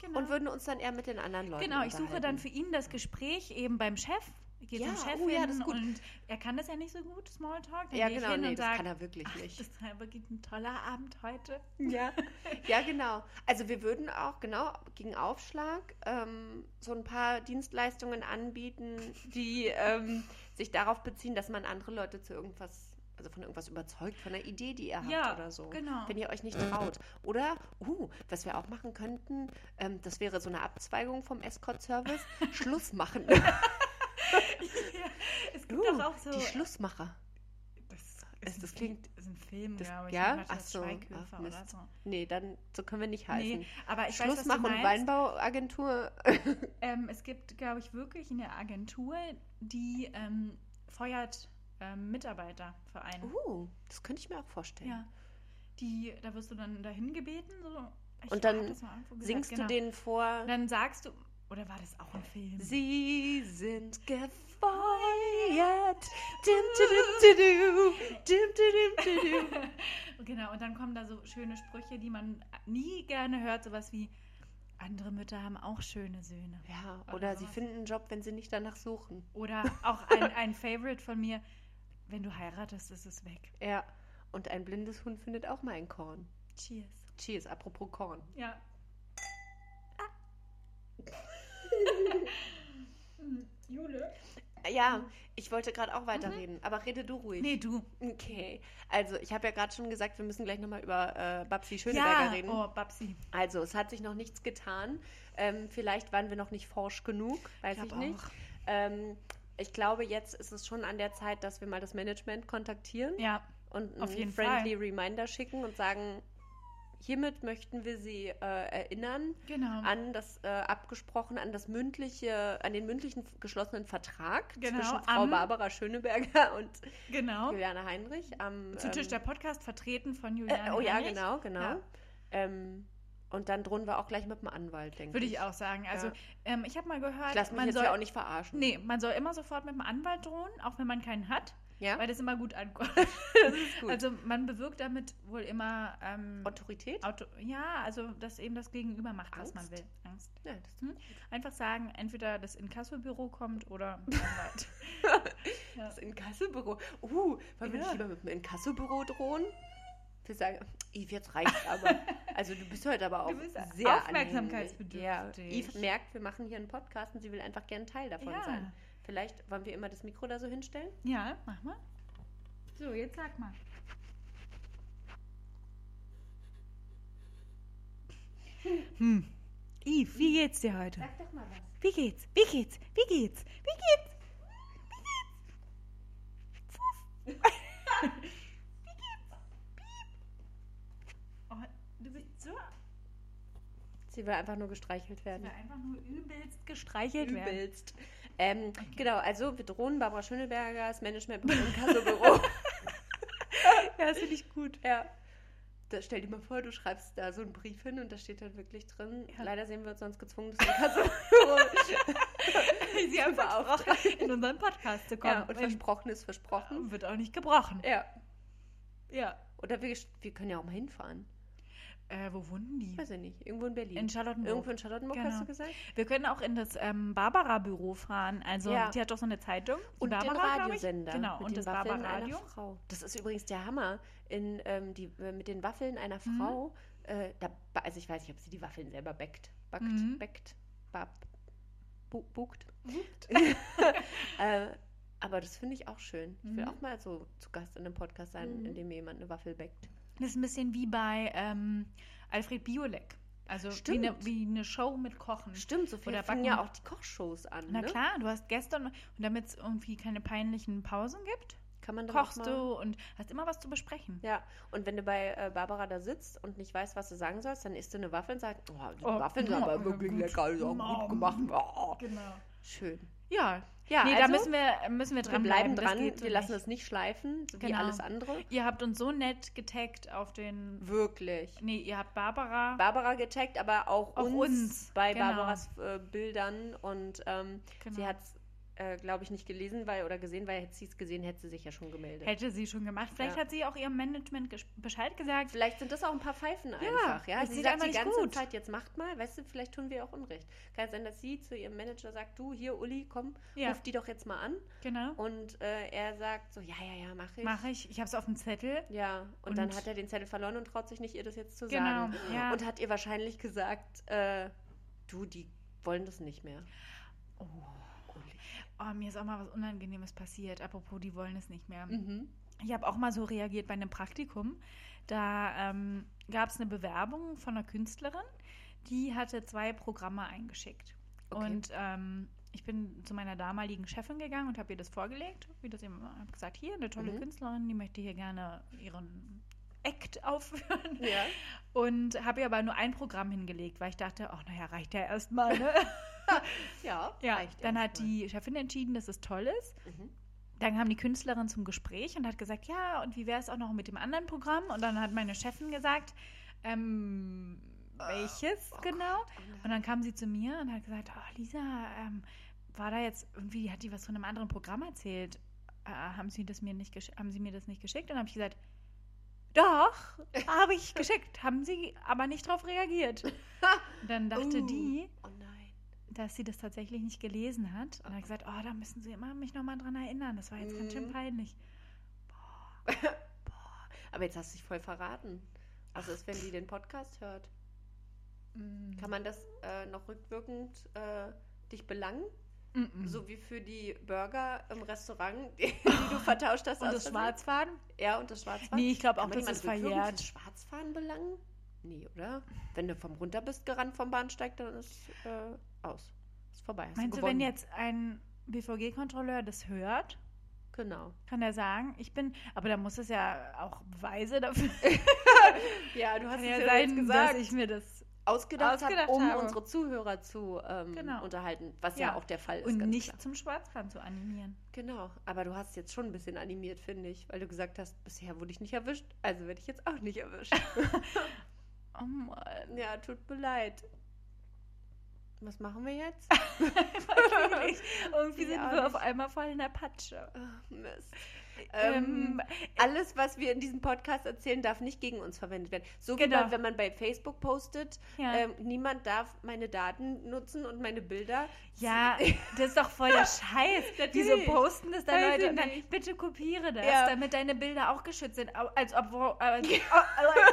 genau. und würden uns dann eher mit den anderen Leuten. genau, ich suche dann unterhalten. für ihn das Gespräch eben beim Chef. Geht Ja, zum Chef oh ja, hin das ist gut. und er kann das ja nicht so gut, Smalltalk. Dann Ja, gehe ich genau, hin nee, und das kann sage, er wirklich das nicht. ist ja wirklich ein toller Abend heute. Ja. ja, genau. Also wir würden auch, genau, gegen Aufschlag ähm, so ein paar Dienstleistungen anbieten, die ähm, sich darauf beziehen, dass man andere Leute zu irgendwas, also von irgendwas überzeugt, von einer Idee, die ihr habt Ja, oder so. Genau. wenn ihr euch nicht traut. Oder, uh, was wir auch machen könnten, ähm, das wäre so eine Abzweigung vom Escort-Service, Schluss machen. Ja, es gibt Uh, doch auch so die Schlussmacher. Es, Uh, das klingt. Das ist ein Film, das- glaube ich. ja? Irgendwas Ach mit so, Schweighöfer ach, oder Mist. so. Nee, dann so können wir nicht heißen. Nee, aber ich Schluss weiß, was machen du meinst. Weinbauagentur. Ähm, es gibt, glaube ich, wirklich eine Agentur, die ähm, feuert ähm, Mitarbeiter für einen. uh, das könnte ich mir auch vorstellen. Ja. Die, da wirst du dann dahin gebeten. So. Ich Und dann hab das mal irgendwo gesagt, Singst genau. du denen vor? Und dann sagst du, oder war das auch ein Film? Sie sind gefeuert. Dim, dim, dim, dim, dim, dim, dim, dim. genau, und dann kommen da so schöne Sprüche, die man nie gerne hört, sowas wie andere Mütter haben auch schöne Söhne. Ja, Oder oder sie sowas. finden einen Job, wenn sie nicht danach suchen. Oder auch ein, ein Favorite von mir, wenn du heiratest, ist es weg. Ja. Und ein blindes Huhn findet auch mal ein Korn. Cheers. Cheers, apropos Korn. Ja. Jule? Äh, Ja, ich wollte gerade auch weiterreden, aber rede du ruhig. Nee, du. Okay. Also, ich habe ja gerade schon gesagt, wir müssen gleich nochmal über äh, Babsi Schöneberger ja. reden. Oh, Babsi. Also, es hat sich noch nichts getan. Ähm, vielleicht waren wir noch nicht forsch genug, weiß ich, glaub nicht. auch. Ähm, ich glaube, jetzt ist es schon an der Zeit, dass wir mal das Management kontaktieren Ja, und einen auf jeden friendly Reminder schicken und sagen, hiermit möchten wir Sie äh, erinnern genau. an das äh, abgesprochen, an das mündliche, an den mündlichen geschlossenen Vertrag Genau, zwischen Frau am- Barbara Schöneberger und genau. Juliane Heinrich am Zu Tisch der ähm, Podcast vertreten von Juliane. äh, Oh ja, Hennig. genau, genau. Ja. Ähm, und dann drohen wir auch gleich mit dem Anwalt, denke Würde ich. ich auch sagen. Also, Ja. ähm, ich habe mal gehört, Ich lasse mich man jetzt soll. ja auch nicht verarschen. Nee, man soll immer sofort mit dem Anwalt drohen, auch wenn man keinen hat, Ja? weil das immer gut ankommt. Das ist gut. Also man bewirkt damit wohl immer ähm, Autorität? Auto ja, also dass eben das Gegenüber macht, was man Angst? will. Angst. Ja, das Einfach sagen, entweder das Inkassobüro kommt oder ein Anwalt. ja. Das Inkassobüro. Uh, wollen wir Ja. nicht lieber mit dem Inkassobüro drohen? Wir sagen, Yves, jetzt reicht's aber. Also du bist heute aber auch Du bist sehr aufmerksamkeitsbedürftig. anhänglich. Ja, Yves merkt, wir machen hier einen Podcast und sie will einfach gern Teil davon ja. sein. Vielleicht wollen wir immer das Mikro da so hinstellen? ja, mach mal. So, jetzt sag mal. Hm. Yves, wie geht's dir heute? Sag doch mal was. Wie geht's? Wie geht's? Wie geht's? Wie geht's? Wie geht's? Wie geht's? Piep. Oh, du bist so. Sie will einfach nur gestreichelt Ich werden. will einfach nur übelst gestreichelt werden. Übelst. Ähm, Genau, also wir drohen Barbara Schönebergers Management im Inkassobüro. Ja, das finde ich gut. Ja. Da, stell dir mal vor, du schreibst da so einen Brief hin und da steht dann wirklich drin. Ja. Leider sehen wir uns sonst gezwungen, das Inkassobüro. Sie haben versprochen, in unseren Podcast zu kommen. ja, und versprochen ist versprochen. Wird auch nicht gebrochen. Ja. Ja. Oder wir, wir können ja auch mal hinfahren. Äh, wo wohnen die? Weiß ich nicht. Irgendwo in Berlin. In Charlottenburg. Irgendwo in Charlottenburg, hast Genau. du gesagt? Wir können auch in das ähm, Barbara-Büro fahren. Also, Ja. die hat doch so eine Zeitung. Die Und den Barbara, glaub ich. Radiosender. Genau, mit und den das Waffeln Barbara-Radio. einer Frau. Das ist übrigens der Hammer. In, ähm, die, äh, mit den Waffeln einer Mhm. Frau, äh, da, ba- also ich weiß nicht, ob sie die Waffeln selber backt. Backt, Mhm. backt, bab, bu, buckt. Äh, aber das finde ich auch schön. Ich will Mhm. auch mal so zu Gast in einem Podcast sein, Mhm. in dem mir jemand eine Waffel backt. Das ist ein bisschen wie bei ähm, Alfred Biolek. Also wie Stimmt. eine, wie eine Show mit Kochen. Stimmt, so viel Mhm. Oder fangen backen. ja auch die Kochshows an. Na ne? klar, du hast gestern, und damit es irgendwie keine peinlichen Pausen gibt, Kann man doch auch kochst mal- du und hast immer was zu besprechen. Ja, und wenn du bei äh, Barbara da sitzt und nicht weißt, was du sagen sollst, dann isst du eine Waffel und sagst, oh, die Oh, Waffeln sind mm, aber mm, wirklich gut. lecker, die sind Mm. gut gemacht. Oh, Genau. schön. Ja, Ja, nee, also, da müssen wir, müssen wir wir dran bleiben Das dran, geht so wir lassen nicht. es nicht schleifen, so wie Genau. alles andere. Ihr habt uns so nett getaggt auf den. Wirklich. Nee, ihr habt Barbara. Barbara getaggt, aber auch, Auch uns, uns, bei genau. Barbaras äh, Bildern und ähm, Genau. sie hat es, äh, glaube ich, nicht gelesen weil, oder gesehen, weil hätte sie es gesehen, hätte sie sich ja schon gemeldet. hätte sie schon gemacht. Vielleicht Ja. hat sie auch ihrem Management gesch- Bescheid gesagt. Vielleicht sind das auch ein paar Pfeifen einfach, ja. das Sie sieht sagt einfach die nicht ganze gut. Zeit, jetzt macht mal, weißt du, vielleicht tun wir auch Unrecht. Kann sein, dass sie zu ihrem Manager sagt, du, hier, Uli, komm, Ja. ruf die doch jetzt mal an. Genau. Und äh, er sagt so, ja, ja, ja, mach ich. Mache ich. Ich habe es auf dem Zettel. Ja, und, dann Und- hat er den Zettel verloren und traut sich nicht, ihr das jetzt zu Genau, sagen. ja. Und hat ihr wahrscheinlich gesagt, äh, du, die wollen das nicht mehr. Oh. Oh, mir ist auch mal was Unangenehmes passiert. Apropos, die wollen es nicht mehr. Mhm. Ich habe auch mal so reagiert bei einem Praktikum. Da ähm, gab es eine Bewerbung von einer Künstlerin, die hatte zwei Programme eingeschickt. Okay. Und ähm, ich bin zu meiner damaligen Chefin gegangen und habe ihr das vorgelegt, wie das eben habe gesagt, hier eine tolle Mhm. Künstlerin, die möchte hier gerne ihren Act aufführen Ja. und habe ihr aber nur ein Programm hingelegt, weil ich dachte, ach naja, reicht ja erstmal. Ne? Ja, ja, reicht dann hat erstmal. die Chefin entschieden, dass es toll ist. Mhm. Dann kam die Künstlerin zum Gespräch und hat gesagt, ja, und wie wäre es auch noch mit dem anderen Programm? Und dann hat meine Chefin gesagt, ähm, welches oh genau? Oh nein. Und dann kam sie zu mir und hat gesagt, oh, Lisa, ähm, war da jetzt irgendwie, hat die was von einem anderen Programm erzählt? Äh, haben, sie das mir nicht gesch- haben sie mir das nicht geschickt? Und dann habe ich gesagt, doch, habe ich geschickt. Haben sie aber nicht darauf reagiert. Und dann dachte Uh. die, Oh nein. dass sie das tatsächlich nicht gelesen hat. Und hat gesagt, oh, da müssen sie immer mich nochmal dran erinnern. Das war jetzt ganz schön Mhm. peinlich. Aber jetzt hast du dich voll verraten. Was ist, wenn die den Podcast hört? Kann man das äh, noch rückwirkend äh, dich belangen? Mhm. So wie für die Burger im Restaurant, die, die du vertauscht hast. und aus das Versehen? Schwarzfaden? Ja, und das Schwarzfahren. Nee, ich glaube auch, Kann man das ist jemanden rückwirkend verjährt. fürs Schwarzfahren belangen? Nee, oder? Wenn du vom runter bist gerannt vom Bahnsteig, dann ist äh, aus. Ist vorbei. Hast Meinst du, gewonnen. wenn jetzt ein BVG-Kontrolleur das hört, Genau. kann er sagen, ich bin, aber da muss es ja auch Beweise dafür Ja, du hast kann es ja ja sein, jetzt gesagt. dass ich mir das ausgedacht, Ausgedacht habe, um habe. unsere Zuhörer zu ähm, Genau. unterhalten, was ja. Ja. auch der Fall ist. und ganz nicht Klar. zum Schwarzfahren zu animieren. Genau, aber du hast jetzt schon ein bisschen animiert, finde ich, weil du gesagt hast, bisher wurde ich nicht erwischt, also werde ich jetzt auch nicht erwischt. Oh Mann. ja, tut mir leid. Was machen wir jetzt? Wirklich. Irgendwie Ich sind auch wir auf nicht. einmal voll in der Patsche. Ach, Mist. Ähm, Ähm, alles, was wir in diesem Podcast erzählen, darf nicht gegen uns verwendet werden. So Genau. wie man, wenn man bei Facebook postet, ja. ähm, niemand darf meine Daten nutzen und meine Bilder. ja, das ist doch voll der Scheiß. Wieso Natürlich. posten das dann Weiß Leute ich und dann, nicht. bitte kopiere das, Ja. damit deine Bilder auch geschützt sind. Au- Als ob, wo- äh, äh, äh,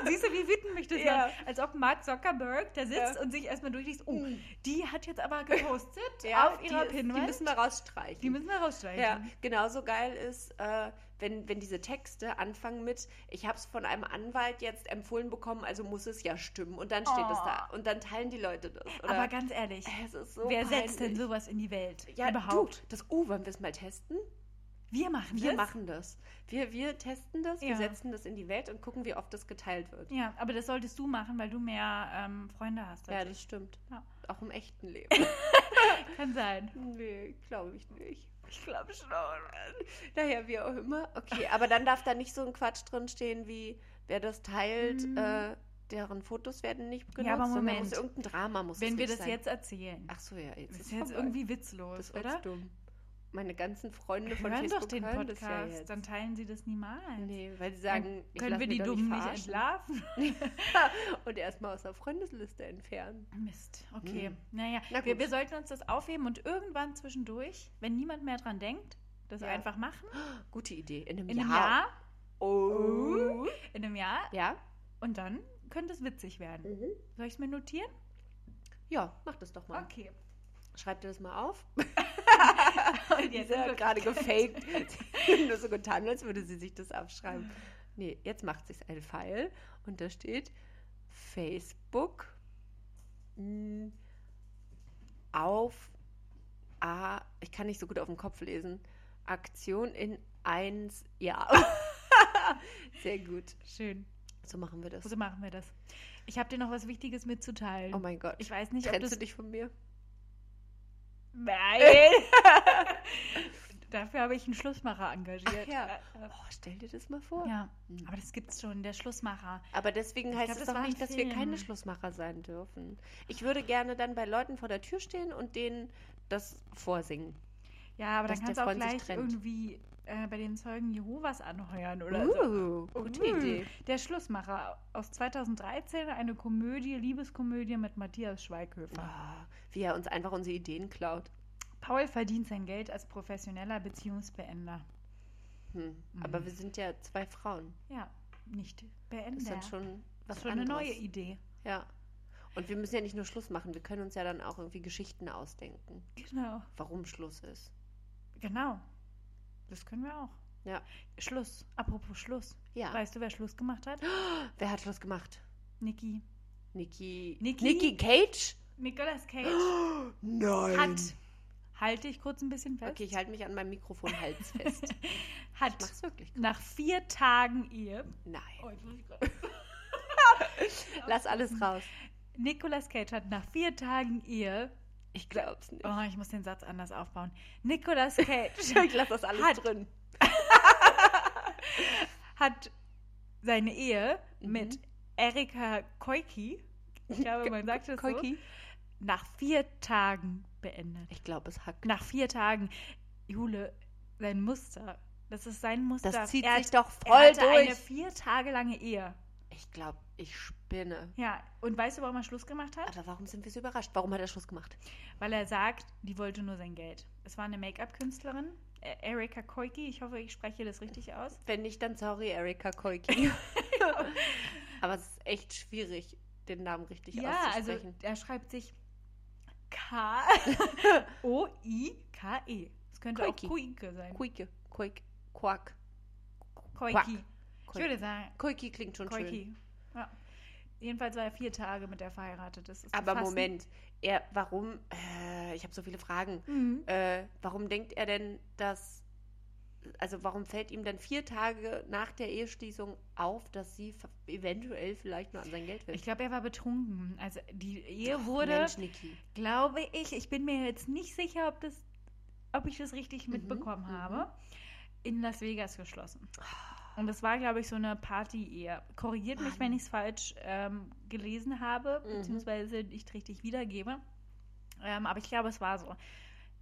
siehst du, wie wütend mich das Ja. macht. Als ob Mark Zuckerberg da sitzt Ja. Mhm. und sich erstmal durchliest, oh, die hat jetzt aber gepostet Ja, auf ihrer die, die Pinwand. müssen wir rausstreichen. Die müssen wir rausstreichen. Ja, genauso geil ist, äh, wenn, wenn diese Texte anfangen mit, ich habe es von einem Anwalt jetzt empfohlen bekommen, also muss es ja stimmen. Und dann steht es Oh. da. Und dann teilen die Leute das. Oder? Aber ganz ehrlich, es ist so wer peinlich. setzt denn sowas in die Welt? Ja, Überhaupt? überhaupt. Du, das U, wollen wir es mal testen? Wir machen Wir das. machen das. Wir, wir testen das, Ja. wir setzen das in die Welt und gucken, wie oft das geteilt wird. Ja, aber das solltest du machen, weil du mehr ähm, Freunde hast. als Ja, ich. das stimmt. Ja. Auch im echten Leben. kann sein. nee, glaube ich nicht. Ich glaube schon. Naja, wie auch immer. Okay, aber dann darf da nicht so ein Quatsch drin stehen wie, wer das teilt, Mhm. äh, deren Fotos werden nicht genutzt. aber sondern Moment. Muss, irgendein Drama muss es Wenn wir nicht das sein. jetzt erzählen, Ach so, ja, jetzt das ist ist jetzt vorbei. irgendwie witzlos, das war oder? Jetzt dumm. Meine ganzen Freunde von hören Facebook doch den hören Podcast, das ja jetzt. dann teilen sie das niemals. nee, weil sie sagen, ich Können lass wir mich die doch Dummen nicht, nicht verarschen. entlarven? Und erstmal aus der Freundesliste entfernen. Ah, Mist, okay. Hm. Naja, Na wir, gut. wir sollten uns das aufheben und irgendwann zwischendurch, wenn niemand mehr dran denkt, das Ja. einfach machen. Gute Idee. In einem In einem Jahr. Jahr. Oh. In einem Jahr. Ja? Und dann könnte es witzig werden. Soll ich es mir notieren? Ja, mach das doch mal. Okay. Schreib dir das mal auf. Und Die jetzt ist sind ja wir gerade gefaked. Sie hat nur so getan, als würde sie sich das abschreiben. Nee, jetzt macht sich ein Pfeil und da steht Facebook mh, auf A, ich kann nicht so gut auf dem Kopf lesen, Aktion in eins, ja. Sehr gut. Schön. So machen wir das. So machen wir das. Ich habe dir noch was Wichtiges mitzuteilen. Oh mein Gott. ich weiß nicht, ob Trennst das du dich von mir? Nein! Dafür habe ich einen Schlussmacher engagiert. Ach ja. Äh, äh, Oh, stell dir das mal vor. ja. Hm. Aber das gibt's schon, der Schlussmacher. Aber deswegen Ich heißt glaub, es das war doch ein nicht, dass wir keine Film. Schlussmacher sein dürfen. Ich würde gerne dann bei Leuten vor der Tür stehen und denen das vorsingen. Ja, aber Dass dann kannst du der auch Freund sich gleich trennt. irgendwie äh, bei den Zeugen Jehovas anheuern oder so. Uh, gute Uh. Idee. Der Schlussmacher aus 2013, eine Komödie, Liebeskomödie mit Matthias Schweighöfer. Ah, wie er uns einfach unsere Ideen klaut. Paul verdient sein Geld als professioneller Beziehungsbeender. Hm. Mhm. Aber wir sind ja zwei Frauen. Ja, nicht Das ist Beender. dann schon was Das ist schon anderes. eine neue Idee. Ja. Und wir müssen ja nicht nur Schluss machen, wir können uns ja dann auch irgendwie Geschichten ausdenken, Genau. warum Schluss ist. Genau. Das können wir auch. Ja. Schluss. Apropos Schluss. Ja. Weißt du, wer Schluss gemacht hat? Wer hat Schluss gemacht? Niki. Niki. Niki? Niki Cage? Nicolas Cage Nein. Hat, Halte ich kurz ein bisschen fest. Okay, ich halte mich an meinem Mikrofonhals fest. Ich Hat mach's wirklich gut. nach vier Tagen Ehe. Nein. Oh, jetzt muss ich gerade- Lass alles raus. Nicolas Cage hat nach vier Tagen Ehe. Ich glaub's nicht. Oh, ich muss den Satz anders aufbauen. Nicolas Cage Ich lass das alles Hat- drin. hat seine Ehe Mhm. mit Erika Koiki, ich glaube, man sagt es so, Koiki? nach vier Tagen beendet. Ich glaube, es hackt. Nach vier Tagen. Jule, sein Muster. Das ist sein Muster. Das zieht er sich doch er voll hatte eine durch. vier Tage lange Ehe. Ich glaube, ich spinne. Ja, und weißt du, warum er Schluss gemacht hat? Aber warum sind wir so überrascht? Warum hat er Schluss gemacht? Weil er sagt, die wollte nur sein Geld. Es war eine Make-up-Künstlerin, äh, Erika Koiki. Ich hoffe, ich spreche das richtig aus. Wenn nicht, dann sorry, Erika Koiki. Aber es ist echt schwierig, den Namen richtig ja, also auszusprechen. er schreibt sich K O I K E. Es könnte Koiki. auch Koike sein. Kuike, Kuik, Quack. Quack. Koiki. Ich würde sagen Koiki klingt schon schön. Koiki. Ja. Jedenfalls war er vier Tage mit der verheiratet. Das ist zu Aber fassen. Moment, er, warum, äh, ich habe so viele Fragen. Mhm. Äh, warum denkt er denn, dass, also warum fällt ihm dann vier Tage nach der Eheschließung auf, dass sie ver- eventuell vielleicht nur an sein Geld will? Ich glaube, er war betrunken. Also die Ehe Ach, wurde, Mensch, Niki. glaube ich, ich bin mir jetzt nicht sicher, ob, das, ob ich das richtig Mhm, mitbekommen mhm. habe, in Las Vegas geschlossen. Und das war, glaube ich, so eine Party-Ehe. Korrigiert mich, wenn Mann. ich es falsch ähm, gelesen habe, Mhm. beziehungsweise nicht richtig wiedergebe. Ähm, aber ich glaube, es war so.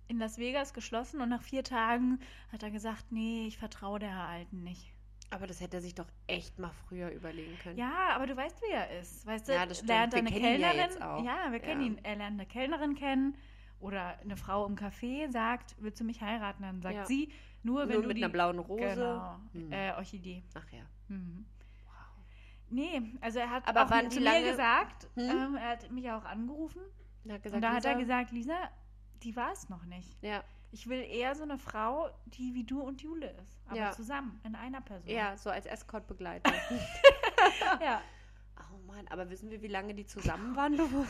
In Las Vegas geschlossen und nach vier Tagen hat er gesagt, nee, ich vertraue der Alten nicht. Aber das hätte er sich doch echt mal früher überlegen können. Ja, aber du weißt, wie er ist. Weißt du, Ja, das stimmt. lernt er Wir eine kennen ihn ja Kellnerin. jetzt auch. wir kennen Ja. ihn. Er lernt eine Kellnerin kennen oder eine Frau im Café sagt, willst du mich heiraten? Dann sagt Ja. sie, nur wenn Nur du mit die einer blauen Rose. Genau, Hm. äh, Orchidee. Ach ja. Mhm. Wow. Nee, also er hat Aber auch waren zu die mir lange- gesagt, Hm? ähm, er hat mich auch angerufen Und er hat gesagt, und da hat er Lisa- gesagt, Lisa, die war es noch nicht. Ja, Ich will eher so eine Frau, die wie du und Jule ist, aber Ja. zusammen, in einer Person. ja, so als Escort-Begleiter. ja. oh Mann, aber wissen wir, wie lange die zusammen waren? Du?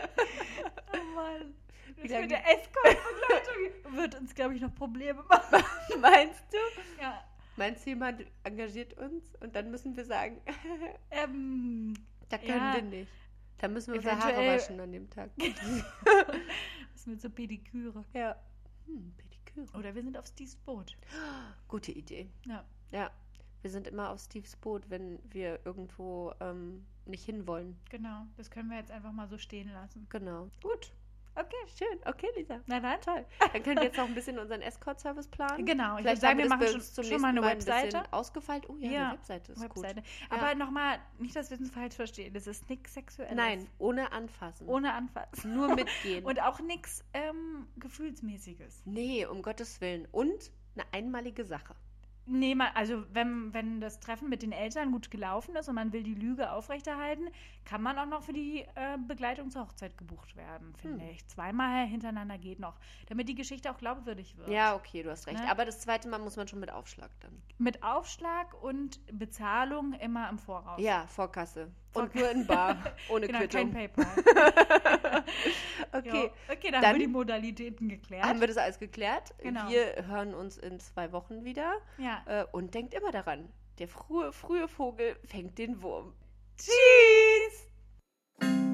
Oh Mann. Wie Das lange- mit der Escort-Begleitung wird uns, glaube ich, noch Probleme machen. Meinst du? Ja. Meinst du, jemand engagiert uns und dann müssen wir sagen, Ähm, da können Ja. wir nicht. Da müssen wir unsere Haare Eventuell- waschen an dem Tag. was mit so Pediküre. ja. Hm, Pediküre. Oder wir sind auf Steve's Boot. Gute Idee. Ja. Ja. Wir sind immer auf Steves Boot, wenn wir irgendwo ähm, nicht hinwollen. Genau. Das können wir jetzt einfach mal so stehen lassen. Genau. Gut. Okay. Schön. Okay, Lisa. Na dann. Toll. Dann können wir jetzt noch ein bisschen unseren Escort-Service planen. Genau. Ich würde Vielleicht sagen, haben wir das bei machen schon, uns zum schon mal eine nächsten ein Webseite. bisschen ausgefeilt. Oh ja, Ja, die Webseite ist Webseite. gut. Aber nochmal, nicht, dass wir uns falsch verstehen. Das ist nichts Sexuelles. Nein, ohne anfassen. Ohne Anfassen. Nur mitgehen. Und auch nichts ähm, Gefühlsmäßiges. nee, um Gottes Willen. Und eine einmalige Sache. Nee, man, also wenn, wenn das Treffen mit den Eltern gut gelaufen ist und man will die Lüge aufrechterhalten, kann man auch noch für die äh, Begleitung zur Hochzeit gebucht werden, finde Hm. ich. Zweimal hintereinander geht noch, damit die Geschichte auch glaubwürdig wird. Ja, okay, du hast recht. Ne? Aber das zweite Mal muss man schon mit Aufschlag dann. Mit Aufschlag und Bezahlung immer im Voraus. Ja, Vorkasse. Und Vorkasse. nur in Bar, ohne genau, kein Quittung. PayPal. Okay, Ja. okay, dann, dann haben wir die Modalitäten geklärt. haben wir das alles geklärt. Genau. Wir hören uns in zwei Wochen wieder. ja. Äh, und denkt immer daran, der frühe, frühe Vogel fängt den Wurm. Tschüss!